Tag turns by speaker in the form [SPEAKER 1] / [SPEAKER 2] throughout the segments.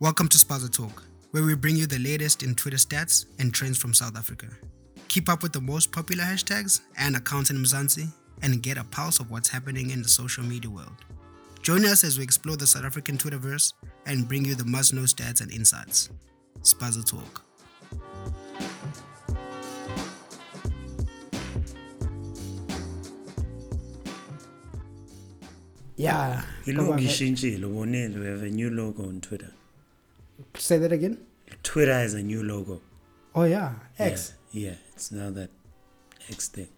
[SPEAKER 1] Welcome to Spaza Talk, where we bring you the latest in Twitter stats and trends from South Africa. Keep up with the most popular hashtags and accounts in Mzansi and get a pulse of what's happening in the social media world. Join us as we explore the South African Twitterverse and bring you the must know stats and insights. Spaza Talk.
[SPEAKER 2] Yeah.
[SPEAKER 3] ilogo ishintshile ubonile we have a new logo on twitter
[SPEAKER 2] Say that again.
[SPEAKER 3] twitter has a new logo
[SPEAKER 2] Oh yeah, X.
[SPEAKER 3] yeah, yeah it's now that x thing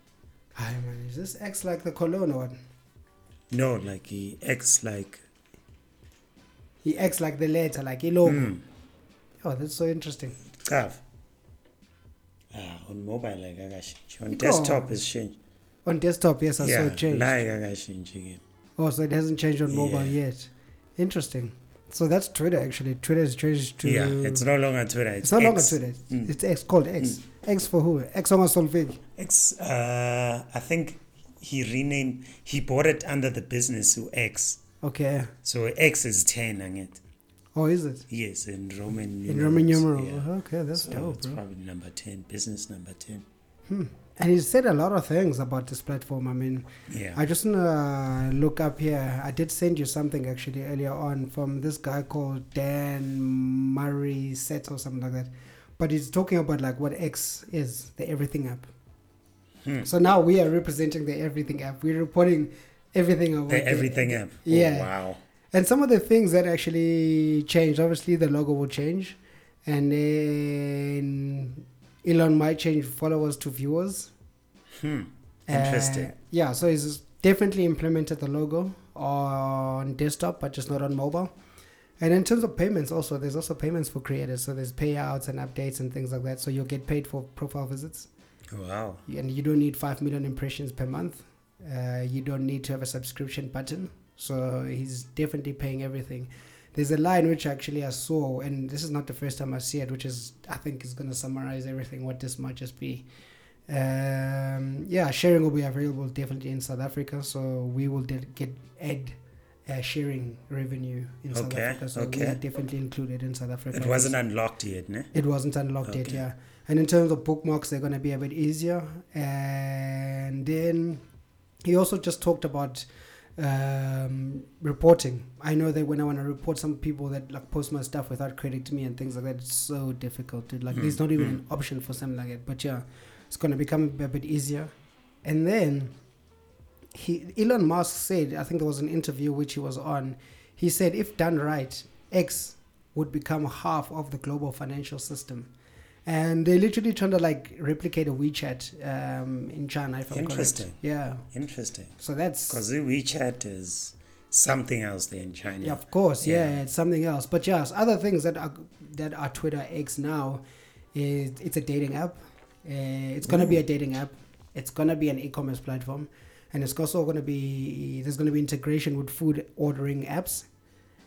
[SPEAKER 2] Ay, man, is this X like the cologne one?
[SPEAKER 3] no like he x like
[SPEAKER 2] He acts like the letter, like hello.
[SPEAKER 3] Hmm.
[SPEAKER 2] Oh, that's so interesting.
[SPEAKER 3] chav ah on mobile like akashintshi on
[SPEAKER 2] Iko-
[SPEAKER 3] desktop is changed
[SPEAKER 2] On desktop, yes, I saw
[SPEAKER 3] yeah
[SPEAKER 2] it change.
[SPEAKER 3] like akashintshi ke
[SPEAKER 2] Oh, so it hasn't changed on mobile
[SPEAKER 3] Yeah.
[SPEAKER 2] yet. Interesting. So that's Twitter actually. Twitter has changed to.
[SPEAKER 3] yeah it's no longer twitter it's,
[SPEAKER 2] Mm. It's no longer
[SPEAKER 3] X. Hmm.
[SPEAKER 2] Twitter. It's X called X. X for who? X on a solving.
[SPEAKER 3] X, uh, I think he renamed, he bought it under the business to X.
[SPEAKER 2] Okay.
[SPEAKER 3] So X is 10, on it.
[SPEAKER 2] Oh, is it?
[SPEAKER 3] Yes, in Roman
[SPEAKER 2] In Roman numeral.
[SPEAKER 3] yeah.
[SPEAKER 2] Okay, that's
[SPEAKER 3] So
[SPEAKER 2] dope,
[SPEAKER 3] it's
[SPEAKER 2] bro.
[SPEAKER 3] probably number 10, business number 10.
[SPEAKER 2] And he said a lot of things about this platform. I mean,
[SPEAKER 3] Yeah.
[SPEAKER 2] I just wanna look up here. I did send you something actually earlier on from this guy called Dan Murray Set or something like that. But he's talking about like what X is, the everything app.
[SPEAKER 3] Hmm.
[SPEAKER 2] So now we are representing the everything app. We're reporting everything about
[SPEAKER 3] the everything app. Oh,
[SPEAKER 2] Yeah.
[SPEAKER 3] wow.
[SPEAKER 2] and some of the things that actually changed, obviously the logo will change, and then Elon might change followers to viewers. Hmm.
[SPEAKER 3] Interesting.
[SPEAKER 2] yeah, so he's definitely implemented the logo on desktop, but just not on mobile. And in terms of payments, also there's also payments for creators. So there's payouts and updates and things like that. So you'll get paid for profile visits
[SPEAKER 3] Wow.
[SPEAKER 2] and you don't need 5 million impressions per month uh, you don't need to have a subscription button so he's definitely paying everything there's a line which actually i saw and this is not the first time i see it which is i think is going to summarize everything what this might just be um, yeah sharing will be available definitely in south africa so we will de- get ad uh, sharing revenue in south
[SPEAKER 3] Okay,
[SPEAKER 2] africa so we
[SPEAKER 3] okay.
[SPEAKER 2] are definitely included in south africa
[SPEAKER 3] It wasn't unlocked yet, ne?
[SPEAKER 2] it wasn't unlocked yet,
[SPEAKER 3] Okay.
[SPEAKER 2] yeah. And in terms of bookmarks, they're going to be a bit easier. And then he also just talked about um, reporting. I know that when I want to report some people that like post my stuff without credit to me and things like that, it's so difficult. Dude. Like, there's not even an option for something like that. But yeah, it's going to become a bit easier. And then he Elon Musk said, I think there was an interview which he was on. He said, if done right, X would become half of the global financial system. And they're literally trying to like replicate a WeChat um, in China, if I'm
[SPEAKER 3] Interesting.
[SPEAKER 2] correct. Yeah.
[SPEAKER 3] Interesting.
[SPEAKER 2] So that's
[SPEAKER 3] Because WeChat is something else there in China.
[SPEAKER 2] yeah, of course, yeah.
[SPEAKER 3] Yeah.
[SPEAKER 2] it's something else. But yes, other things that are that are Twitter X now is it's a dating app. Uh, it's gonna
[SPEAKER 3] Mm.
[SPEAKER 2] be a dating app. It's gonna be an e-commerce platform, and it's also gonna be there's gonna be integration with food ordering apps,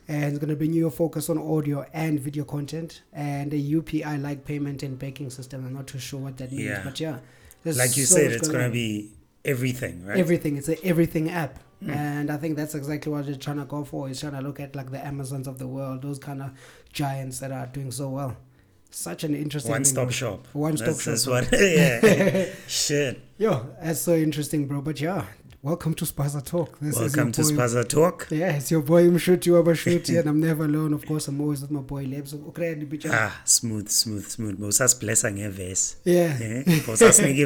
[SPEAKER 2] and it's gonna be new focus on audio and video content, and a UPI like payment and banking system. I'm not too sure what that means,
[SPEAKER 3] Yeah.
[SPEAKER 2] but yeah, there's
[SPEAKER 3] Like you
[SPEAKER 2] so
[SPEAKER 3] said,
[SPEAKER 2] much
[SPEAKER 3] it's
[SPEAKER 2] going
[SPEAKER 3] going
[SPEAKER 2] on
[SPEAKER 3] to be everything, right? Hmm.
[SPEAKER 2] everything. It's an everything app. And I think that's exactly what they're trying to go for. Is trying to look at like the Amazons of the world, those kind of giants that are doing so well. Such an interesting
[SPEAKER 3] One
[SPEAKER 2] thing,
[SPEAKER 3] stop
[SPEAKER 2] bro.
[SPEAKER 3] shop.
[SPEAKER 2] One stop
[SPEAKER 3] That's-
[SPEAKER 2] shop.
[SPEAKER 3] That's what. yeah. Shit.
[SPEAKER 2] Yeah, that's so interesting, bro. But yeah, welcome to Spaza Talk. This
[SPEAKER 3] Welcome to
[SPEAKER 2] is your boy.
[SPEAKER 3] Spaza Talk.
[SPEAKER 2] Yeah, it's your boy Mshuti Wabashuti, and I'm never alone. Of course, I'm always with my boy Lebs. Okay, and the bitch-
[SPEAKER 3] Ah, smooth, smooth, smooth. Bowusasibhlesa ngevesi.
[SPEAKER 2] Yeah.
[SPEAKER 3] Eh? Bowusasinika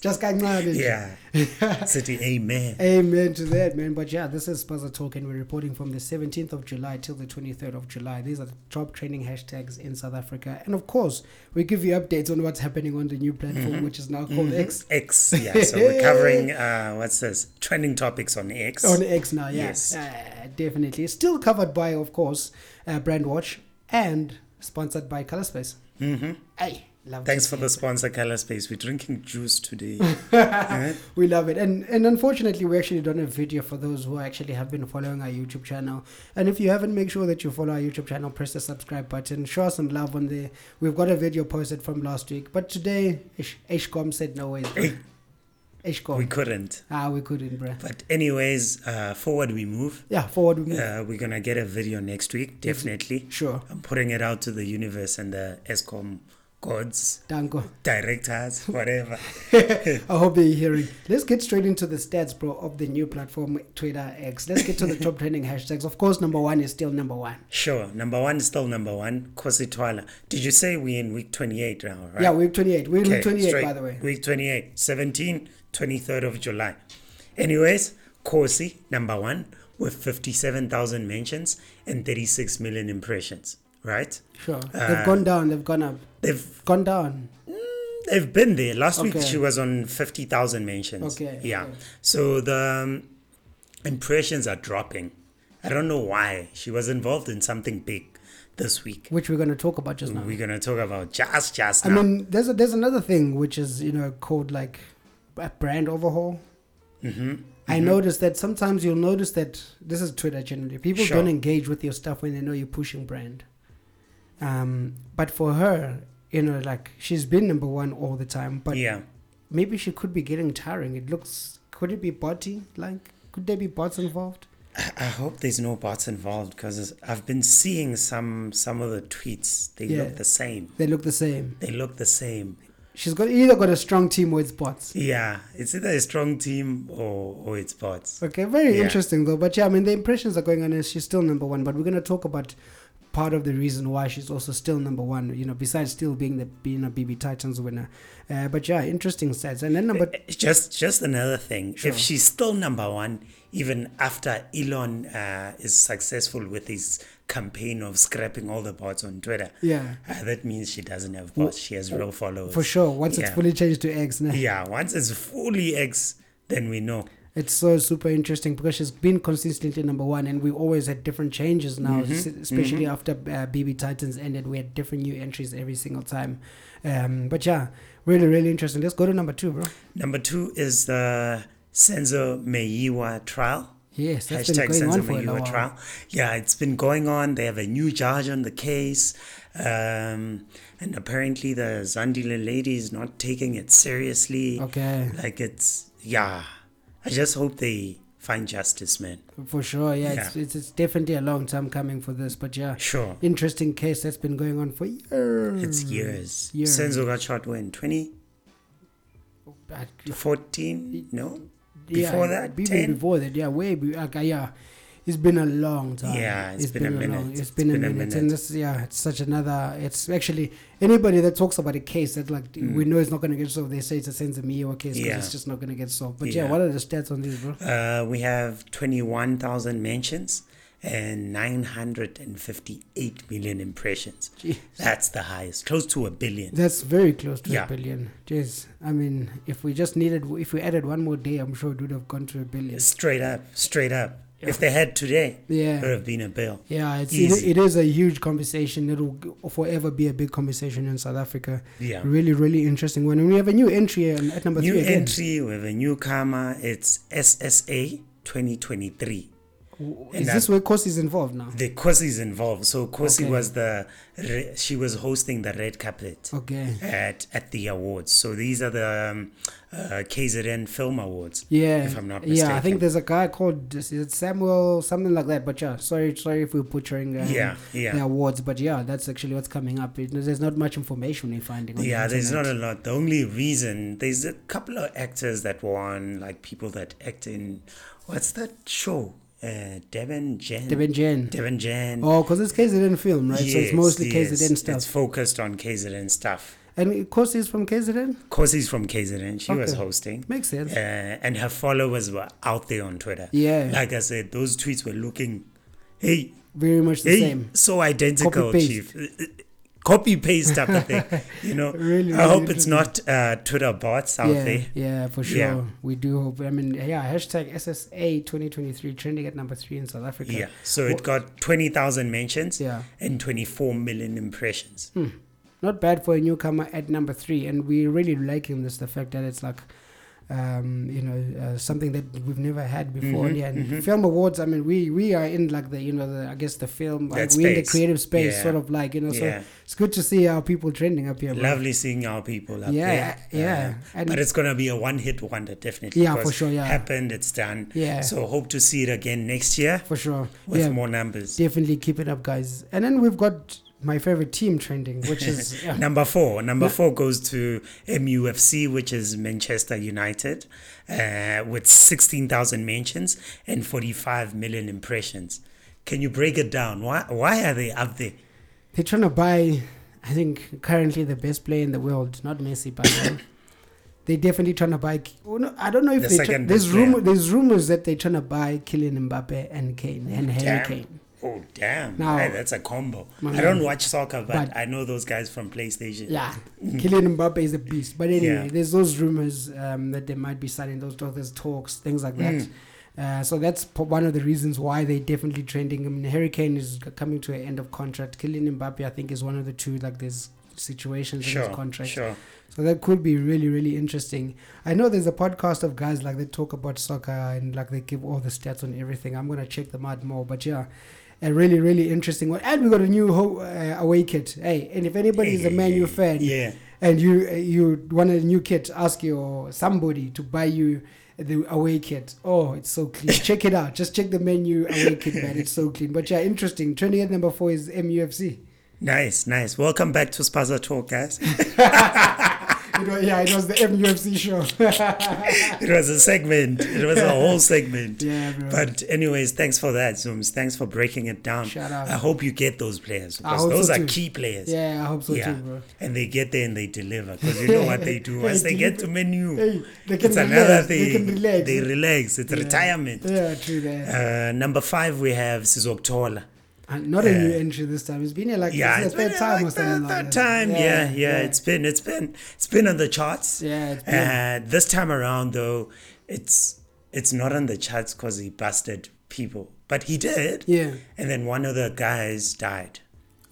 [SPEAKER 2] Just kancane nje.
[SPEAKER 3] Yeah. Sithi amen.
[SPEAKER 2] Amen to that, man. But yeah, this is Spaza Talk, and we're reporting from the 17th of July till the 23rd of July. These are the top training hashtags in South Africa. And of course, we give you updates on what's happening on the new platform,
[SPEAKER 3] Mm-hmm.
[SPEAKER 2] which is now called X.
[SPEAKER 3] X, yeah. So we're covering uh, what's this trending topics on X.
[SPEAKER 2] On X now, yeah.
[SPEAKER 3] Yes.
[SPEAKER 2] Uh, definitely. Still covered by, of course, uh, Brand Watch and sponsored by Colorspace. Mm-hmm. Hey, love
[SPEAKER 3] Thanks
[SPEAKER 2] it.
[SPEAKER 3] for the sponsor, Color Space. We're drinking juice today.
[SPEAKER 2] We love it. And and unfortunately, we actually don't have video for those who actually have been following our YouTube channel. And if you haven't, make sure that you follow our YouTube channel, press the subscribe button, show us some love on there. We've got a video posted from last week. But today, Ish- Ishcom said no way. Eshko.
[SPEAKER 3] We couldn't.
[SPEAKER 2] ah, we couldn't, bruh.
[SPEAKER 3] But anyways, uh, forward we move.
[SPEAKER 2] Yeah, forward we move.
[SPEAKER 3] Uh, we're gonna get a video next week, definitely.
[SPEAKER 2] Sure.
[SPEAKER 3] I'm putting it out to the universe and the ESCOM gods,
[SPEAKER 2] Danko.
[SPEAKER 3] directors, whatever.
[SPEAKER 2] I hope you're hearing. Let's get straight into the stats, bro, of the new platform, Twitter X. Let's get to the top trending hashtags. Of course, number one is still number one.
[SPEAKER 3] sure, number one is still number one. Kosi Twala. Did you say we're in week 28 now, right?
[SPEAKER 2] Yeah, week 28. We're in
[SPEAKER 3] Okay,
[SPEAKER 2] week 28,
[SPEAKER 3] straight.
[SPEAKER 2] by the way.
[SPEAKER 3] Week 28, 17, 23rd of July. Anyways, Kosi, number one, with 57,000 mentions and 36 million impressions, right?
[SPEAKER 2] Sure.
[SPEAKER 3] Uh,
[SPEAKER 2] they've gone down, they've gone up.
[SPEAKER 3] They've
[SPEAKER 2] Gone down.
[SPEAKER 3] They've been there. Last week
[SPEAKER 2] Okay.
[SPEAKER 3] she was on 50,000 mentions.
[SPEAKER 2] Okay,
[SPEAKER 3] Yeah.
[SPEAKER 2] okay.
[SPEAKER 3] So the um, impressions are dropping. I don't know why. She was involved in something big this week.
[SPEAKER 2] Which we're going to talk about just now.
[SPEAKER 3] We're going to talk about just, just
[SPEAKER 2] I
[SPEAKER 3] now.
[SPEAKER 2] mean, there's a, there's another thing which is you know called like a brand overhaul. Mm-hmm. I noticed that sometimes you'll notice that this is Twitter generally. People
[SPEAKER 3] Sure.
[SPEAKER 2] don't engage with your stuff when they know you're pushing brand. Um, but for her, you know, like she's been number one all the time, but
[SPEAKER 3] yeah.
[SPEAKER 2] maybe she could be getting tiring. It looks could it be botty? Like could there be bots involved?
[SPEAKER 3] I I hope there's no bots involved because I've been seeing some some of the tweets. They
[SPEAKER 2] Yeah.
[SPEAKER 3] look the same.
[SPEAKER 2] They look the same.
[SPEAKER 3] They look the same.
[SPEAKER 2] She's got either got a strong team or it's bots.
[SPEAKER 3] Yeah, it's either a strong team or or it's bots.
[SPEAKER 2] Okay, very
[SPEAKER 3] Yeah.
[SPEAKER 2] interesting though. But yeah, I mean the impressions are going on and she's still number one. But we're gonna talk about part of the reason why she's also still number one. You know, besides still being the being a BB Titans winner. Uh, but yeah, interesting stats. And then number
[SPEAKER 3] It's just just another thing
[SPEAKER 2] Sure.
[SPEAKER 3] if she's still number one even after elon uh, is successful with his campaign of scrapping all the bots on twitter
[SPEAKER 2] yeah,
[SPEAKER 3] uh, that means she doesn't have bots she has real followers
[SPEAKER 2] for sure. Once it's
[SPEAKER 3] Yeah.
[SPEAKER 2] fully changed to X, nah,
[SPEAKER 3] yeah once it's fully x then we know
[SPEAKER 2] it's so super interesting because she's been consistently number one, and we always had different changes now,
[SPEAKER 3] Mm-hmm,
[SPEAKER 2] s- especially after uh, BB Titans ended. We had different new entries every single time. Um, but yeah, really, really interesting. Let's go to number two, bro.
[SPEAKER 3] number two is the senzo meiwa trial
[SPEAKER 2] Yes, that's
[SPEAKER 3] Hashtag
[SPEAKER 2] been going on
[SPEAKER 3] Senzo
[SPEAKER 2] for a
[SPEAKER 3] Meiwa
[SPEAKER 2] while.
[SPEAKER 3] trial. Yeah, it's been going on. They have a new judge on the case. Um, and apparently the Zandile lady is not taking it seriously.
[SPEAKER 2] Okay.
[SPEAKER 3] Like it's, yeah. I just hope they find justice, man.
[SPEAKER 2] For sure, yeah, It's,
[SPEAKER 3] Yeah.
[SPEAKER 2] it's it's definitely a long time coming for this, but yeah,
[SPEAKER 3] Sure.
[SPEAKER 2] interesting case that's been going on for years.
[SPEAKER 3] It's years.
[SPEAKER 2] Hmm. Years.
[SPEAKER 3] Senzo got shot when?
[SPEAKER 2] But,
[SPEAKER 3] 2014? No?
[SPEAKER 2] yeah,
[SPEAKER 3] Before that?
[SPEAKER 2] even
[SPEAKER 3] 10?
[SPEAKER 2] before that, yeah, way be, okay, yeah, it's been a long time.
[SPEAKER 3] Yeah, it's been a minute.
[SPEAKER 2] long, it's been, a, minute. and this, yeah, it's such another. It's actually anybody that talks about a case that like we know it's not going to get solved. They say it's a sense of me or case 'cause
[SPEAKER 3] Mm. Yeah.
[SPEAKER 2] it's just not going to get solved. But yeah.
[SPEAKER 3] Yeah.
[SPEAKER 2] what are the stats on this, bro?
[SPEAKER 3] Uh, we have 21,000 mentions and 958 million impressions.
[SPEAKER 2] Jeez.
[SPEAKER 3] That's the highest, close to a billion.
[SPEAKER 2] That's very close to
[SPEAKER 3] Yeah.
[SPEAKER 2] a billion. Jeez, I mean, if we just needed, if we added one more day, I'm sure it would have gone to a billion.
[SPEAKER 3] Straight up, straight up. If they had today, it would
[SPEAKER 2] Yeah,
[SPEAKER 3] have been a bill.
[SPEAKER 2] yeah, it's it,
[SPEAKER 3] Easy.
[SPEAKER 2] it is a huge conversation. It'll g- forever be a big conversation in South Africa.
[SPEAKER 3] Yeah.
[SPEAKER 2] Really, really interesting one. And we have a new entry um, at number
[SPEAKER 3] New
[SPEAKER 2] three again.
[SPEAKER 3] entry with a newcomer. It's SSA 2023.
[SPEAKER 2] W-
[SPEAKER 3] and
[SPEAKER 2] Is
[SPEAKER 3] that-
[SPEAKER 2] this where Kosi is involved now?
[SPEAKER 3] The Kosi is involved. So Kosi
[SPEAKER 2] Okay.
[SPEAKER 3] was the re- she was hosting the red carpet
[SPEAKER 2] Okay.
[SPEAKER 3] at at the awards. So these are the um, uh, KZN Film Awards.
[SPEAKER 2] Yeah.
[SPEAKER 3] if I'm not
[SPEAKER 2] Yeah, I think
[SPEAKER 3] mistaken.
[SPEAKER 2] there's a guy called is it Samuel something like that. But yeah, sorry, sorry if we're butchering. Um,
[SPEAKER 3] Yeah, yeah.
[SPEAKER 2] The awards, but yeah, that's actually what's coming up. It, there's not much information we're finding. On
[SPEAKER 3] Yeah,
[SPEAKER 2] the
[SPEAKER 3] there's
[SPEAKER 2] internet.
[SPEAKER 3] not a lot. The only reason there's a couple of actors that won, like people that act in what's that show? Uh, Devon Jen.
[SPEAKER 2] Devin Jen.
[SPEAKER 3] Devon Jen.
[SPEAKER 2] Oh, because it's KZN film, right? so it's mostly KZN stuff.
[SPEAKER 3] It's focused on KZN stuff.
[SPEAKER 2] And of course, it's from KZN.
[SPEAKER 3] Kosi's from KZN. She was
[SPEAKER 2] Okay.
[SPEAKER 3] hosting.
[SPEAKER 2] Makes sense.
[SPEAKER 3] Uh, and her followers were out there on Twitter.
[SPEAKER 2] Yeah.
[SPEAKER 3] Like I said, those tweets were looking, hey,
[SPEAKER 2] Very much the
[SPEAKER 3] hey,
[SPEAKER 2] same.
[SPEAKER 3] so identical,
[SPEAKER 2] Copy-paste.
[SPEAKER 3] Chief. Uh, uh, Copy paste type of thing. You know,
[SPEAKER 2] Really,
[SPEAKER 3] I
[SPEAKER 2] really
[SPEAKER 3] hope it's not uh, Twitter bots out
[SPEAKER 2] yeah,
[SPEAKER 3] there.
[SPEAKER 2] yeah, for sure.
[SPEAKER 3] Yeah.
[SPEAKER 2] We do hope. I mean, yeah, hashtag SSA 2023 trending at number three in South Africa.
[SPEAKER 3] Yeah. So it got 20,000 mentions
[SPEAKER 2] Yeah. Hmm.
[SPEAKER 3] and 24 million impressions.
[SPEAKER 2] Not bad for a newcomer at number three. And we're really liking this the fact that it's like um, you know, uh, something that we've never had before.
[SPEAKER 3] Mm-hmm,
[SPEAKER 2] yeah, and film awards. I mean, we we are in like the you know, the, I guess the film, like,
[SPEAKER 3] That
[SPEAKER 2] we're in the
[SPEAKER 3] space.
[SPEAKER 2] creative space,
[SPEAKER 3] Yeah.
[SPEAKER 2] sort of like you know. So
[SPEAKER 3] Yeah.
[SPEAKER 2] it's good to see our people trending up here. bro.
[SPEAKER 3] Lovely seeing our people up
[SPEAKER 2] Yeah,
[SPEAKER 3] there. Uh,
[SPEAKER 2] yeah. And-
[SPEAKER 3] but it's gonna be a one-hit wonder, definitely.
[SPEAKER 2] Yeah, for
[SPEAKER 3] because
[SPEAKER 2] sure, yeah.
[SPEAKER 3] Happened. It's done.
[SPEAKER 2] Yeah.
[SPEAKER 3] So hope to see it again next year
[SPEAKER 2] for sure.
[SPEAKER 3] with
[SPEAKER 2] yeah,
[SPEAKER 3] more numbers.
[SPEAKER 2] definitely keep it up, guys. And then we've got my favorite team trending, which is yeah,
[SPEAKER 3] Number four. Number four goes to MUFC, which is Manchester United, uh, with 16,000 mentions and 45 million impressions. Can you break it down? Why, why are they up there?
[SPEAKER 2] they're trying to buy. I think currently the best player in the world, not Messi, but. um, They definitely trying to buy. oh, no, I don't know if
[SPEAKER 3] The
[SPEAKER 2] they try-
[SPEAKER 3] second
[SPEAKER 2] there's
[SPEAKER 3] best player.
[SPEAKER 2] rumor, there's rumors that they're trying to buy Kylian Mbappe and Kane and Harry Kane.
[SPEAKER 3] Damn. Oh, damn.
[SPEAKER 2] Now-
[SPEAKER 3] Hey, that's a combo.
[SPEAKER 2] My
[SPEAKER 3] I don't
[SPEAKER 2] man.
[SPEAKER 3] watch soccer, but,
[SPEAKER 2] But-
[SPEAKER 3] I know those guys from PlayStation.
[SPEAKER 2] Yeah, Kylian Mbappe is a beast. But anyway,
[SPEAKER 3] Mm. Yeah.
[SPEAKER 2] there's those rumors um, that they might be signing those doctors talks, things like that.
[SPEAKER 3] Mm.
[SPEAKER 2] Uh, so that's po- one of the reasons why they're definitely trending. I mean, Harry Kane is c- coming to an end of contract. Kylian Mbappe, I think, is one of the two. Like there's situations in
[SPEAKER 3] Sure.
[SPEAKER 2] his contract,
[SPEAKER 3] Sure.
[SPEAKER 2] so that could be really, really interesting. I know there's a podcast of guys like they talk about soccer and like they give all the stats on everything. I'm gonna check them out more, but yeah. A really, really interesting one, and we got a new ho- uh, away kit. Hey, and if anybody's a Man U fan,
[SPEAKER 3] Yeah.
[SPEAKER 2] and you you want a new kit, ask your somebody to buy you the away kit. Oh, it's so clean. check it out. Just check the menu away kit, man. It's so clean. But yeah, interesting. Trending at number four is MUFC.
[SPEAKER 3] Nice, nice. Welcome back to Spaza Talk, guys.
[SPEAKER 2] You know, yeah, it was the MUFC show.
[SPEAKER 3] it was a segment. It was a whole segment.
[SPEAKER 2] Yeah, bro.
[SPEAKER 3] But anyways, thanks for that, Zooms. Thanks for breaking it down.
[SPEAKER 2] Shout out.
[SPEAKER 3] I hope you get those players
[SPEAKER 2] I
[SPEAKER 3] because
[SPEAKER 2] hope
[SPEAKER 3] those
[SPEAKER 2] so
[SPEAKER 3] are
[SPEAKER 2] too.
[SPEAKER 3] key players.
[SPEAKER 2] yeah, I hope so too, bro.
[SPEAKER 3] and they get there and they deliver because you know what they do. Once they get to menu,
[SPEAKER 2] Hey, they can
[SPEAKER 3] it's
[SPEAKER 2] relax.
[SPEAKER 3] another
[SPEAKER 2] They
[SPEAKER 3] thing.
[SPEAKER 2] can relax.
[SPEAKER 3] They relax. It's retirement.
[SPEAKER 2] Yeah, true that.
[SPEAKER 3] Uh, number five, we have Sizoktola.
[SPEAKER 2] And not a new entry this time. It's been here like
[SPEAKER 3] Yeah,
[SPEAKER 2] this
[SPEAKER 3] it's
[SPEAKER 2] is the third
[SPEAKER 3] been
[SPEAKER 2] time
[SPEAKER 3] like
[SPEAKER 2] or
[SPEAKER 3] the
[SPEAKER 2] something like
[SPEAKER 3] third
[SPEAKER 2] that.
[SPEAKER 3] time. Yeah yeah,
[SPEAKER 2] It's
[SPEAKER 3] It's been it's been it's been on the charts.
[SPEAKER 2] Yeah, it's
[SPEAKER 3] Uh, this time around though, it's it's not on the charts because he busted people, but he did.
[SPEAKER 2] Yeah.
[SPEAKER 3] And then one of the guys died.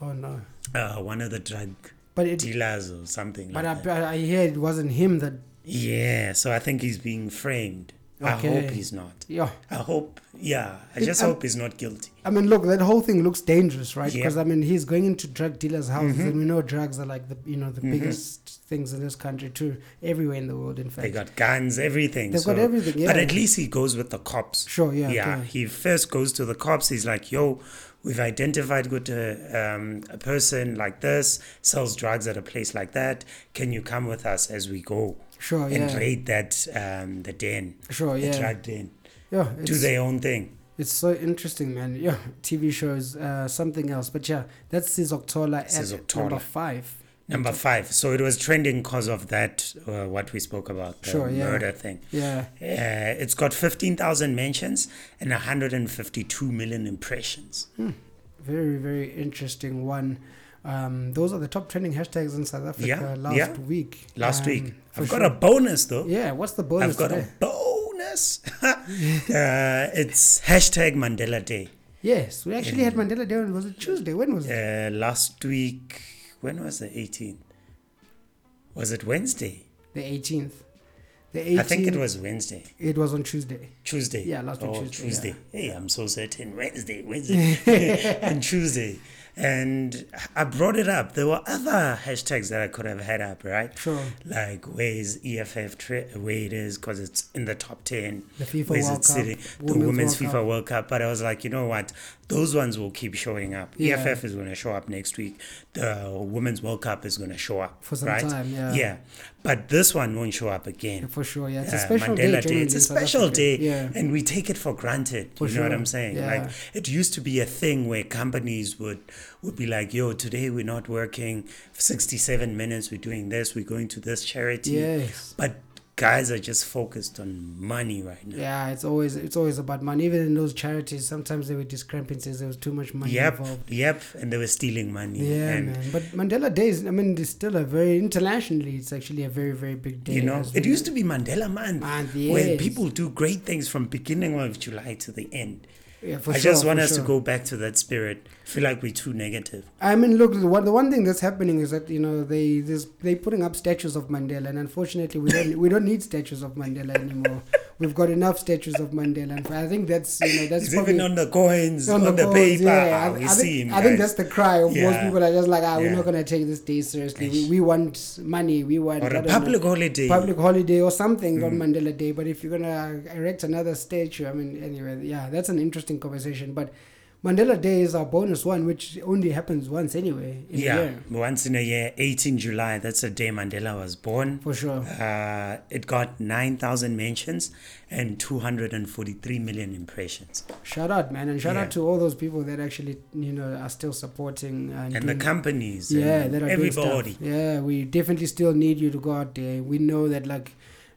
[SPEAKER 2] oh no.
[SPEAKER 3] Uh, one of the drug
[SPEAKER 2] But it.
[SPEAKER 3] dealers or something.
[SPEAKER 2] But
[SPEAKER 3] like that.
[SPEAKER 2] I, I hear it wasn't him that.
[SPEAKER 3] yeah. So I think he's being framed. I
[SPEAKER 2] Okay. Um,
[SPEAKER 3] hope he's not.
[SPEAKER 2] Yeah.
[SPEAKER 3] I hope. Yeah. I
[SPEAKER 2] It-
[SPEAKER 3] just
[SPEAKER 2] I'm-
[SPEAKER 3] hope he's not guilty.
[SPEAKER 2] I mean, look, that whole thing looks dangerous, right?
[SPEAKER 3] Yeah. Mm-hmm.
[SPEAKER 2] Because I mean, he's going into drug dealers' houses, and we know drugs are like the you know the biggest things in this country too, everywhere in the world, in fact.
[SPEAKER 3] They got guns, everything.
[SPEAKER 2] They've got everything,
[SPEAKER 3] But
[SPEAKER 2] yeah.
[SPEAKER 3] at least he goes with the cops.
[SPEAKER 2] Sure, yeah,
[SPEAKER 3] Yeah.
[SPEAKER 2] okay.
[SPEAKER 3] He first goes to the cops. He's like, yo, we've identified good uh, um, a person like this, sells drugs at a place like that. Can you come with us as we go
[SPEAKER 2] Sure,
[SPEAKER 3] and
[SPEAKER 2] Oh, yeah.
[SPEAKER 3] raid that, um, the den,
[SPEAKER 2] Sure,
[SPEAKER 3] the
[SPEAKER 2] yeah,
[SPEAKER 3] drug den,
[SPEAKER 2] yeah.
[SPEAKER 3] do
[SPEAKER 2] It's,
[SPEAKER 3] their own thing?
[SPEAKER 2] it's so interesting, man. Yeah, TV shows, uh, something else, but yeah, that's Sizoktola at
[SPEAKER 3] Sizoktola.
[SPEAKER 2] number five.
[SPEAKER 3] Number five. So it was trending because of that, uh, what we spoke about, the
[SPEAKER 2] Sure, yeah.
[SPEAKER 3] murder thing.
[SPEAKER 2] Yeah,
[SPEAKER 3] Uh, it's got 15,000 mentions and 152 million impressions.
[SPEAKER 2] very very interesting one. Um, those are the top trending hashtags in South Africa
[SPEAKER 3] Yeah,
[SPEAKER 2] last
[SPEAKER 3] yeah.
[SPEAKER 2] week.
[SPEAKER 3] last
[SPEAKER 2] Um,
[SPEAKER 3] week.
[SPEAKER 2] for
[SPEAKER 3] I've got
[SPEAKER 2] sure.
[SPEAKER 3] a bonus though.
[SPEAKER 2] yeah. What's the bonus?
[SPEAKER 3] I've got a
[SPEAKER 2] today?
[SPEAKER 3] bonus. uh, it's hashtag Mandela Day.
[SPEAKER 2] Yes, we actually
[SPEAKER 3] Mm.
[SPEAKER 2] had Mandela Day. on- Was it Tuesday? When was it?
[SPEAKER 3] Uh, last week, when was the 18th? Was it Wednesday?
[SPEAKER 2] The 18th. The 18th.
[SPEAKER 3] I think it was Wednesday.
[SPEAKER 2] It was on Tuesday.
[SPEAKER 3] Tuesday.
[SPEAKER 2] Yeah, last week
[SPEAKER 3] Oh,
[SPEAKER 2] Tuesday,
[SPEAKER 3] Hey, I'm so certain. Wednesday, Wednesday, and Tuesday. And I brought it up. There were other hashtags that I could have had up, right?
[SPEAKER 2] Sure.
[SPEAKER 3] Like where's EFF tra- where it is because it's in the top ten.
[SPEAKER 2] The FIFA
[SPEAKER 3] Where's
[SPEAKER 2] World
[SPEAKER 3] it
[SPEAKER 2] Cup,
[SPEAKER 3] sitting? The
[SPEAKER 2] Women's
[SPEAKER 3] Women's
[SPEAKER 2] World
[SPEAKER 3] FIFA World Cup. But I was like, you know what? Those ones will keep showing up.
[SPEAKER 2] Yeah.
[SPEAKER 3] EFF is going to show up next week. The Women's World Cup is going to show up
[SPEAKER 2] For some
[SPEAKER 3] right?
[SPEAKER 2] time, yeah.
[SPEAKER 3] Yeah, but this one won't show up again.
[SPEAKER 2] For sure, yeah. It's a
[SPEAKER 3] Yeah,
[SPEAKER 2] special Uh, day.
[SPEAKER 3] Mandela
[SPEAKER 2] generally
[SPEAKER 3] It's a
[SPEAKER 2] in South
[SPEAKER 3] special
[SPEAKER 2] Africa.
[SPEAKER 3] day,
[SPEAKER 2] Yeah.
[SPEAKER 3] and we take it for granted.
[SPEAKER 2] For
[SPEAKER 3] you know what
[SPEAKER 2] sure,
[SPEAKER 3] I'm saying? Like
[SPEAKER 2] yeah.
[SPEAKER 3] it used to be a thing where companies would would be like, "Yo, today we're not working 67 minutes. We're doing this. We're going to this charity."
[SPEAKER 2] Yes.
[SPEAKER 3] But guys are just focused on money right now.
[SPEAKER 2] Yeah, it's always it's always about money. Even in those charities, sometimes there were discrepancies. There was too much money
[SPEAKER 3] Yep,
[SPEAKER 2] involved.
[SPEAKER 3] yep, and they were stealing money.
[SPEAKER 2] Yeah,
[SPEAKER 3] and
[SPEAKER 2] man. But Mandela Day is, I mean, it's still a very internationally. It's actually a very very big day.
[SPEAKER 3] You know,
[SPEAKER 2] as
[SPEAKER 3] it
[SPEAKER 2] we-
[SPEAKER 3] used to be Mandela Month,
[SPEAKER 2] Month,
[SPEAKER 3] when
[SPEAKER 2] yes.
[SPEAKER 3] people do great things from beginning of July to the end.
[SPEAKER 2] Yeah, for
[SPEAKER 3] I
[SPEAKER 2] sure,
[SPEAKER 3] just want
[SPEAKER 2] for
[SPEAKER 3] us to
[SPEAKER 2] sure.
[SPEAKER 3] go back to that spirit. I feel like we're too negative.
[SPEAKER 2] I mean, look, the one, the one thing that's happening is that you know they this, they putting up statues of Mandela, and unfortunately, we don't we don't need statues of Mandela anymore. We've got enough statues of Mandela, and I think that's you know that's
[SPEAKER 3] It's
[SPEAKER 2] probably
[SPEAKER 3] even on the coins,
[SPEAKER 2] on
[SPEAKER 3] on, the,
[SPEAKER 2] boards,
[SPEAKER 3] paper.
[SPEAKER 2] yeah.
[SPEAKER 3] we
[SPEAKER 2] I, I
[SPEAKER 3] see
[SPEAKER 2] think,
[SPEAKER 3] him.
[SPEAKER 2] I think
[SPEAKER 3] guys.
[SPEAKER 2] that's the cry of most
[SPEAKER 3] Yeah.
[SPEAKER 2] people are just like, ah, we're
[SPEAKER 3] Yeah.
[SPEAKER 2] not gonna take this day seriously. We,
[SPEAKER 3] Eish.
[SPEAKER 2] we want money. We want I
[SPEAKER 3] or a
[SPEAKER 2] don't know,
[SPEAKER 3] public holiday. Mm.
[SPEAKER 2] public holiday or something on Mandela Day. But if you're gonna erect another statue, I mean, anyway, yeah, that's an interesting conversation. But Mandela Day is our bonus one, which only happens once anyway in a
[SPEAKER 3] yeah,
[SPEAKER 2] year,
[SPEAKER 3] once in a year, 18 July. That's the day Mandela was born.
[SPEAKER 2] for sure.
[SPEAKER 3] Uh, it got 9,000 mentions and 243 million impressions.
[SPEAKER 2] Shout out, man, and shout
[SPEAKER 3] Yeah.
[SPEAKER 2] out to all those people that actually you know are still supporting and,
[SPEAKER 3] And the
[SPEAKER 2] doing-
[SPEAKER 3] companies,
[SPEAKER 2] yeah,
[SPEAKER 3] and
[SPEAKER 2] that are
[SPEAKER 3] uh,
[SPEAKER 2] Doing
[SPEAKER 3] everybody.
[SPEAKER 2] stuff. Yeah, we definitely still need you to go out there. We know that like.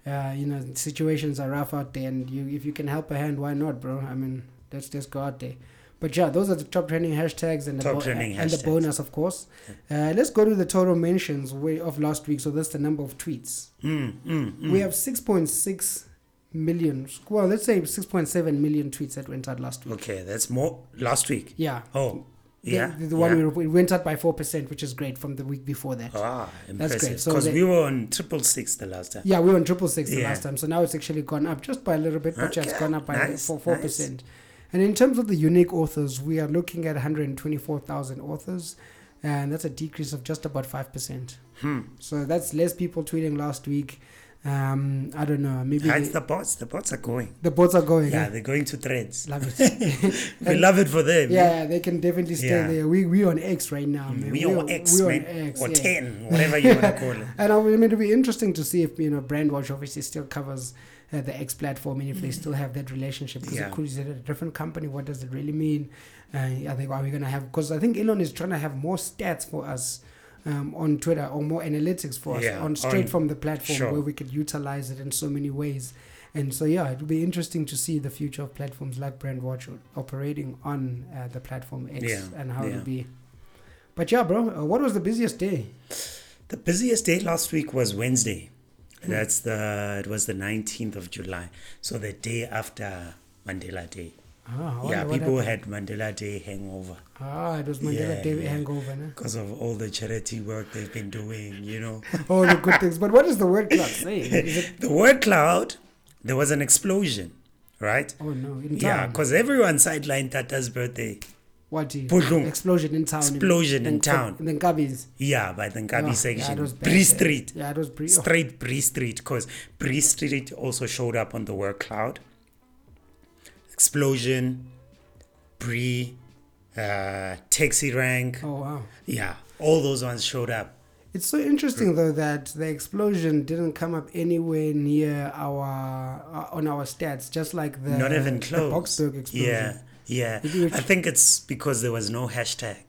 [SPEAKER 2] Uh, you know situations are rough out there, and you if you can help a hand, why not, bro? I mean, let's just go out there. But yeah, those are the top trending hashtags and the,
[SPEAKER 3] Top trending
[SPEAKER 2] and the
[SPEAKER 3] hashtags.
[SPEAKER 2] bonus, of course. Uh, let's go to the total mentions way of last week. So that's the number of tweets.
[SPEAKER 3] Mm, mm, mm.
[SPEAKER 2] We have 6.6 million. Well, let's say 6.7 million tweets that went out last week.
[SPEAKER 3] Okay, that's more last week.
[SPEAKER 2] Yeah.
[SPEAKER 3] Oh,
[SPEAKER 2] The-
[SPEAKER 3] yeah.
[SPEAKER 2] The, the one
[SPEAKER 3] yeah.
[SPEAKER 2] we rep- it went up by 4%, which is great from the week before that.
[SPEAKER 3] Ah,
[SPEAKER 2] That's great.
[SPEAKER 3] impressive.
[SPEAKER 2] So
[SPEAKER 3] Because
[SPEAKER 2] they-
[SPEAKER 3] we were on triple six the last time.
[SPEAKER 2] Yeah, we were on triple six the
[SPEAKER 3] Yeah.
[SPEAKER 2] last time, so now it's actually gone up just by a little bit, but yeah, it's
[SPEAKER 3] Okay,
[SPEAKER 2] gone up by
[SPEAKER 3] nice,
[SPEAKER 2] four four percent. And in terms of the unique authors, we are looking at 124,000 authors, and that's a decrease of just about five percent.
[SPEAKER 3] Hmm.
[SPEAKER 2] So that's less people tweeting last week. Um, I don't know, maybe
[SPEAKER 3] Ah, it's
[SPEAKER 2] the,
[SPEAKER 3] the bots. The bots are going.
[SPEAKER 2] the bots are going.
[SPEAKER 3] Yeah,
[SPEAKER 2] Yeah,
[SPEAKER 3] they're going to threads.
[SPEAKER 2] love it.
[SPEAKER 3] We love it for them.
[SPEAKER 2] yeah, they can definitely stay
[SPEAKER 3] Yeah. Hmm,
[SPEAKER 2] there. We we on X right now, man.
[SPEAKER 3] We are X,
[SPEAKER 2] we on
[SPEAKER 3] man.
[SPEAKER 2] X,
[SPEAKER 3] or
[SPEAKER 2] yeah.
[SPEAKER 3] 10, whatever you want to call it.
[SPEAKER 2] And I mean, it'll be interesting to see if you know Brandwatch obviously still covers uh, the X platform and if they still have that relationship because
[SPEAKER 3] Mm-hmm. Yeah.
[SPEAKER 2] it could is it a different company. What does it really mean? Uh, I think are we gonna have because I think Elon is trying to have more stats for us. Um, on Twitter or more analytics for us
[SPEAKER 3] Yeah,
[SPEAKER 2] on straight
[SPEAKER 3] on-
[SPEAKER 2] from the platform
[SPEAKER 3] sure.
[SPEAKER 2] where we could utilize it in so many ways. And so yeah, it will be interesting to see the future of platforms like Brandwatch operating on uh, the platform X
[SPEAKER 3] Yeah,
[SPEAKER 2] and how
[SPEAKER 3] yeah.
[SPEAKER 2] it'll be. But yeah, bro, uh, what was the busiest day?
[SPEAKER 3] The busiest day last week was Wednesday. That's the it was the 19th of July. So the day after Mandela Day.
[SPEAKER 2] Ah, I
[SPEAKER 3] yeah,
[SPEAKER 2] wonder what
[SPEAKER 3] people
[SPEAKER 2] happened.
[SPEAKER 3] had Mandela Day hangover
[SPEAKER 2] Ah, it was Mandela
[SPEAKER 3] Yeah,
[SPEAKER 2] Day
[SPEAKER 3] yeah.
[SPEAKER 2] hangover. No?
[SPEAKER 3] because of all the charity work they've been doing, you know.
[SPEAKER 2] All Oh, the good things. But what is the word club saying? Is it,
[SPEAKER 3] the word cloud, there was an explosion, right?
[SPEAKER 2] oh no, in town.
[SPEAKER 3] Yeah, because everyone sidelined Tata's birthday.
[SPEAKER 2] what do you?
[SPEAKER 3] Pudlung.
[SPEAKER 2] Explosion in town.
[SPEAKER 3] Explosion in town.
[SPEAKER 2] In the Gabby's.
[SPEAKER 3] Yeah, by the
[SPEAKER 2] Oh,
[SPEAKER 3] Nkabi section.
[SPEAKER 2] bad,
[SPEAKER 3] Bree
[SPEAKER 2] yeah.
[SPEAKER 3] Street.
[SPEAKER 2] Yeah, it was Bree. Oh,
[SPEAKER 3] straight Bree Street because Bree Street also showed up on the word cloud. Explosion, Bree, uh, Taxi Rank,
[SPEAKER 2] oh wow.
[SPEAKER 3] yeah, all those ones showed up.
[SPEAKER 2] It's so interesting though that the explosion didn't come up anywhere near our uh, on our stats, just like the
[SPEAKER 3] Not even
[SPEAKER 2] Uh, the
[SPEAKER 3] close.
[SPEAKER 2] Boxburg explosion.
[SPEAKER 3] yeah, yeah.
[SPEAKER 2] Did you-
[SPEAKER 3] I think it's because there was no hashtag.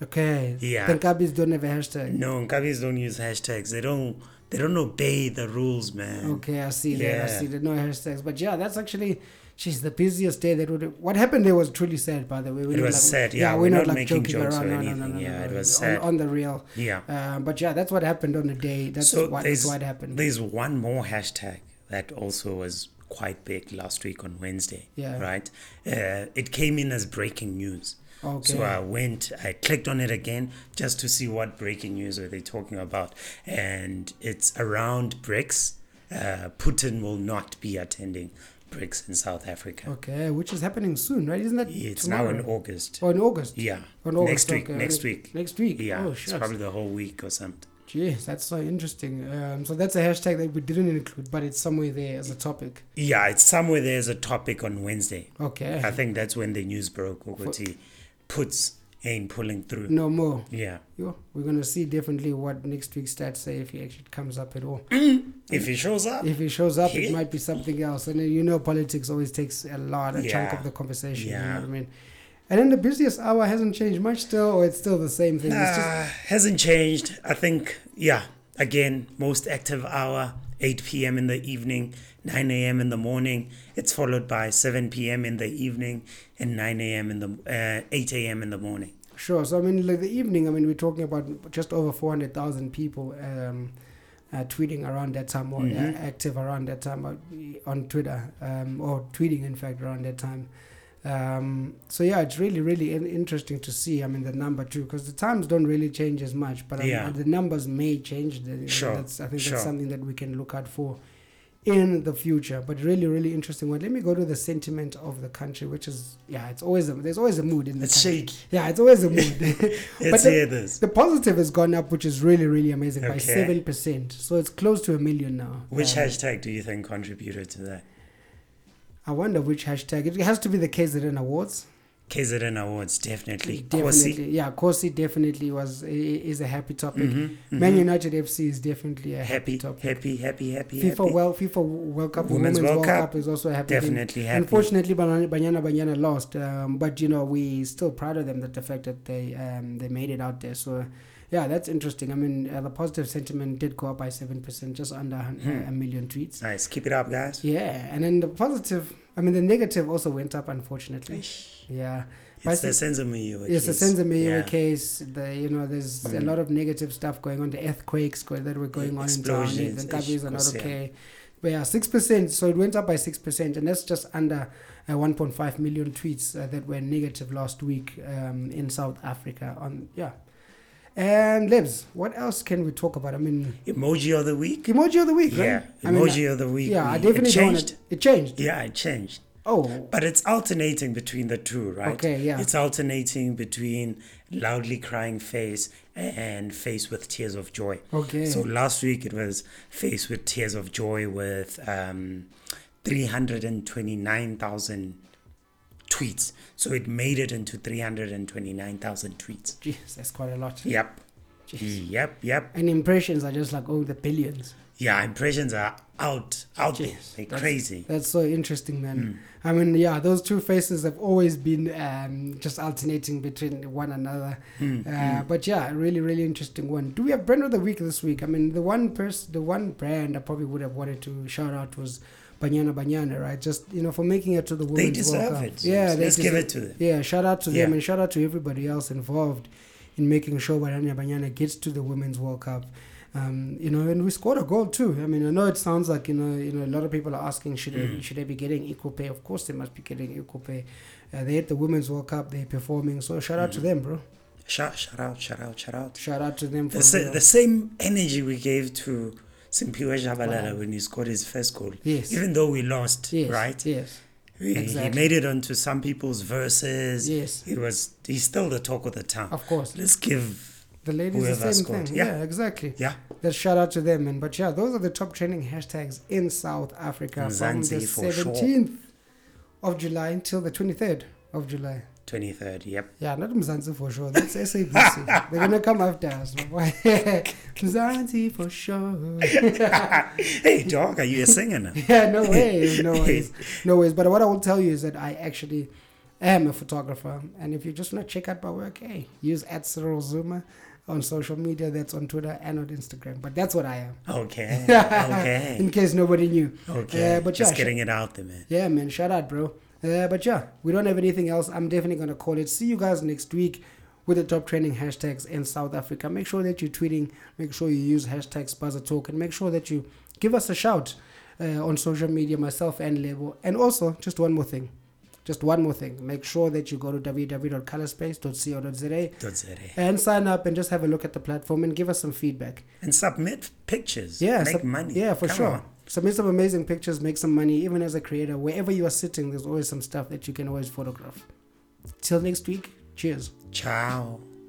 [SPEAKER 2] Okay.
[SPEAKER 3] Yeah.
[SPEAKER 2] The Gabby's don't have a hashtag.
[SPEAKER 3] No, Nkabis don't use hashtags. They don't. They don't obey the rules, man.
[SPEAKER 2] Okay, I see that. I
[SPEAKER 3] Yeah.
[SPEAKER 2] see that. No hashtags, but yeah, that's actually, she's the busiest day that would. What happened there was truly sad, by the way. We're
[SPEAKER 3] It
[SPEAKER 2] not
[SPEAKER 3] was sad, yeah, we're not making jokes or anything, yeah, it was
[SPEAKER 2] on,
[SPEAKER 3] sad.
[SPEAKER 2] on the real.
[SPEAKER 3] Yeah.
[SPEAKER 2] Uh, but yeah, that's what happened on the day. That's
[SPEAKER 3] so
[SPEAKER 2] what,
[SPEAKER 3] there's
[SPEAKER 2] what happened.
[SPEAKER 3] there's one more hashtag that also was quite big last week on Wednesday.
[SPEAKER 2] Yeah.
[SPEAKER 3] Right. Uh, it came in as breaking news.
[SPEAKER 2] Okay.
[SPEAKER 3] So I went, I clicked on it again just to see what breaking news were they talking about, and it's around BRICS. Uh, Putin will not be attending BRICS in South Africa.
[SPEAKER 2] okay, which is happening soon, right? Isn't that
[SPEAKER 3] It's
[SPEAKER 2] tomorrow?
[SPEAKER 3] now in August.
[SPEAKER 2] Oh, in August.
[SPEAKER 3] Yeah.
[SPEAKER 2] On August,
[SPEAKER 3] next week.
[SPEAKER 2] okay.
[SPEAKER 3] Next week.
[SPEAKER 2] Next week.
[SPEAKER 3] Yeah.
[SPEAKER 2] Oh,
[SPEAKER 3] it's
[SPEAKER 2] shucks.
[SPEAKER 3] probably the whole week or something.
[SPEAKER 2] Jeez, that's so interesting. Um, so that's a hashtag that we didn't include, but it's somewhere there as a topic.
[SPEAKER 3] Yeah, it's somewhere there's a topic on Wednesday.
[SPEAKER 2] Okay.
[SPEAKER 3] I think that's when the news broke. Okothi puts ain't pulling through.
[SPEAKER 2] no more.
[SPEAKER 3] Yeah.
[SPEAKER 2] Yo, we're gonna see definitely what next week's stats say if he actually comes up at all.
[SPEAKER 3] If he shows up,
[SPEAKER 2] If he shows up, it
[SPEAKER 3] Yeah.
[SPEAKER 2] might be something else. And then you know, politics always takes a lot, a chunk
[SPEAKER 3] Yeah.
[SPEAKER 2] of the conversation. You know
[SPEAKER 3] Yeah.
[SPEAKER 2] what I mean? And then the busiest hour hasn't changed much still, or it's still the same thing. It's just
[SPEAKER 3] nah, hasn't changed. I think, yeah, again, most active hour, 8 p.m. in the evening, 9 a.m. in the morning. It's followed by 7 p.m. in the evening and 9 a.m. in the, uh, 8 a.m. in the morning.
[SPEAKER 2] Sure. So I mean, like the evening. I mean, we're talking about just over four hundred thousand people um, uh, tweeting around that time or uh,
[SPEAKER 3] Mhm.
[SPEAKER 2] active around that time uh, on Twitter um, or tweeting, in fact, around that time. Um, so yeah, it's really really in- interesting to see. I mean, the number two because the times don't really change as much, but I mean,
[SPEAKER 3] Yeah.
[SPEAKER 2] the numbers may change. The-
[SPEAKER 3] Sure,
[SPEAKER 2] That's I think
[SPEAKER 3] sure.
[SPEAKER 2] that's something that we can look out for in the future. But really really interesting one. Let me go to the sentiment of the country, which is yeah, it's always a, there's always a mood in the
[SPEAKER 3] It's
[SPEAKER 2] country.
[SPEAKER 3] shaky.
[SPEAKER 2] Yeah, it's always a mood.
[SPEAKER 3] Let's
[SPEAKER 2] the-
[SPEAKER 3] hear this.
[SPEAKER 2] the positive has gone up, which is really really amazing by
[SPEAKER 3] Okay.
[SPEAKER 2] seven percent. So it's close to a million now.
[SPEAKER 3] Which
[SPEAKER 2] Um,
[SPEAKER 3] hashtag do you think contributed to that?
[SPEAKER 2] I wonder which hashtag. It has to be the KZN Awards.
[SPEAKER 3] KZN Awards, definitely.
[SPEAKER 2] Definitely, yeah. Corsi definitely was i- is a happy topic. Man United FC is definitely a happy,
[SPEAKER 3] Mm-hmm, Happy,
[SPEAKER 2] topic.
[SPEAKER 3] happy, happy, happy,
[SPEAKER 2] FIFA
[SPEAKER 3] happy.
[SPEAKER 2] World FIFA World Cup,
[SPEAKER 3] Women's
[SPEAKER 2] Women's, World,
[SPEAKER 3] World Cup,
[SPEAKER 2] Cup, is also a happy. thing.
[SPEAKER 3] Definitely happy.
[SPEAKER 2] Unfortunately, Banyana Banyana Banyana lost, um, but you know we still proud of them that the fact that they um, they made it out there. So yeah, that's interesting. I mean, uh, the positive sentiment did go up by seven percent, just under a hun-
[SPEAKER 3] Hmm.
[SPEAKER 2] a million tweets.
[SPEAKER 3] Nice. Keep it up, guys.
[SPEAKER 2] Yeah, and then the positive, I mean, the negative also went up, unfortunately. Yeah, But
[SPEAKER 3] It's the
[SPEAKER 2] it's-
[SPEAKER 3] Senzamuyiwa
[SPEAKER 2] it's the
[SPEAKER 3] case.
[SPEAKER 2] Senzameyewa
[SPEAKER 3] Yeah.
[SPEAKER 2] case. The you know, there's a
[SPEAKER 3] Mm.
[SPEAKER 2] lot of negative stuff going on. The earthquakes go, that were going on in town.
[SPEAKER 3] Explosions,
[SPEAKER 2] The Nkabis are not
[SPEAKER 3] earthquakes, yeah.
[SPEAKER 2] okay. But yeah, six percent. So it went up by six percent, and that's just under uh, 1.5 million tweets uh, that were negative last week um, in South Africa. On yeah, and Lebs, what else can we talk about? I mean,
[SPEAKER 3] Emoji of the week?
[SPEAKER 2] emoji of the week,
[SPEAKER 3] Yeah.
[SPEAKER 2] right? I mean,
[SPEAKER 3] Emoji of the week.
[SPEAKER 2] yeah, I
[SPEAKER 3] we-
[SPEAKER 2] definitely
[SPEAKER 3] it
[SPEAKER 2] don't wanna-
[SPEAKER 3] changed.
[SPEAKER 2] It changed.
[SPEAKER 3] Yeah, it changed.
[SPEAKER 2] Oh,
[SPEAKER 3] But it's alternating between the two, right?
[SPEAKER 2] Okay, yeah.
[SPEAKER 3] It's alternating between loudly crying face and face with tears of joy.
[SPEAKER 2] okay.
[SPEAKER 3] So last week it was face with tears of joy with um, 329,000 tweets. So it made it into 329,000 tweets.
[SPEAKER 2] Jeez, that's quite a lot.
[SPEAKER 3] Yep.
[SPEAKER 2] Jeez.
[SPEAKER 3] Yep, yep.
[SPEAKER 2] And impressions are just like, oh, the billions.
[SPEAKER 3] Yeah, impressions are out, out there.
[SPEAKER 2] Jeez,
[SPEAKER 3] They're
[SPEAKER 2] that's-
[SPEAKER 3] crazy.
[SPEAKER 2] That's so interesting, man.
[SPEAKER 3] Hmm.
[SPEAKER 2] I mean, yeah, those two faces have always been um, just alternating between one another.
[SPEAKER 3] Mm,
[SPEAKER 2] Uh, But yeah, really, really interesting one. Do we have brand of the week this week? I mean, the one person, the one brand I probably would have wanted to shout out was Banyana Banyana, right? Just you know, for making it to the Women's
[SPEAKER 3] They
[SPEAKER 2] World
[SPEAKER 3] deserve
[SPEAKER 2] Cup.
[SPEAKER 3] it.
[SPEAKER 2] Yeah, they
[SPEAKER 3] Let's give
[SPEAKER 2] deserve-
[SPEAKER 3] it to them.
[SPEAKER 2] Yeah, shout out to them
[SPEAKER 3] Yeah.
[SPEAKER 2] and shout out to everybody else involved in making sure Banyana Banyana gets to the Women's World Cup. Um, you know, and we scored a goal too. I mean, I know it sounds like you know, you know, a lot of people are asking, should
[SPEAKER 3] Mm.
[SPEAKER 2] they, should they be getting equal pay? Of course, they must be getting equal pay. Uh, they at the Women's World Cup, they're performing. So shout
[SPEAKER 3] Mm-hmm.
[SPEAKER 2] out to them, bro.
[SPEAKER 3] Shout, shout out, shout out, shout out.
[SPEAKER 2] Shout out to them for
[SPEAKER 3] The, sa-
[SPEAKER 2] real.
[SPEAKER 3] the same energy we gave to Simpiwe Shabalala when he scored his first goal.
[SPEAKER 2] yes.
[SPEAKER 3] Even though we lost,
[SPEAKER 2] yes,
[SPEAKER 3] right?
[SPEAKER 2] Yes,
[SPEAKER 3] He, he
[SPEAKER 2] exactly.
[SPEAKER 3] made it onto some people's verses.
[SPEAKER 2] yes,
[SPEAKER 3] He was he's still the talk of the town.
[SPEAKER 2] of course.
[SPEAKER 3] Let's give
[SPEAKER 2] The ladies the
[SPEAKER 3] whoever
[SPEAKER 2] same
[SPEAKER 3] scored,
[SPEAKER 2] thing.
[SPEAKER 3] yeah.
[SPEAKER 2] Yeah, exactly.
[SPEAKER 3] yeah
[SPEAKER 2] Let's shout out to them, man. But yeah, those are the top trending hashtags in South Africa from the
[SPEAKER 3] Mzansi for sure.
[SPEAKER 2] seventeenth of July until the twenty third of July.
[SPEAKER 3] twenty third. Yep.
[SPEAKER 2] Yeah, not Mzansi for sure. That's SABC. They're gonna come after us. boy. Mzansi for sure.
[SPEAKER 3] Hey dog, are you a singer now?
[SPEAKER 2] Yeah, no ways, no ways, no ways. But what I will tell you is that I actually am a photographer, and if you just want to check out my work, hey, use at Cyril Zuma on social media. That's on Twitter and on Instagram. But that's what I am.
[SPEAKER 3] Okay. Okay.
[SPEAKER 2] In case nobody knew.
[SPEAKER 3] Okay.
[SPEAKER 2] Uh, but
[SPEAKER 3] Just
[SPEAKER 2] yeah,
[SPEAKER 3] getting it out there, man.
[SPEAKER 2] Yeah, man. Shout out, bro. Uh, but yeah, we don't have anything else. I'm definitely gonna call it. See you guys next week with the top trending hashtags in South Africa. Make sure that you're tweeting. Make sure you use hashtags Buzzer Talk, and make sure that you give us a shout uh, on social media. Myself and Lebo, and also just one more thing. Just one more thing. Make sure that you go to www.colorspace.co.za
[SPEAKER 3] Don't say it.
[SPEAKER 2] and sign up and just have a look at the platform and give us some feedback.
[SPEAKER 3] And submit pictures.
[SPEAKER 2] Yeah,
[SPEAKER 3] Make
[SPEAKER 2] sub-
[SPEAKER 3] money.
[SPEAKER 2] Yeah, for
[SPEAKER 3] Come
[SPEAKER 2] sure.
[SPEAKER 3] on.
[SPEAKER 2] Submit some amazing pictures, make some money. Even as a creator, wherever you are sitting, there's always some stuff that you can always photograph. Till next week, cheers.
[SPEAKER 3] Ciao.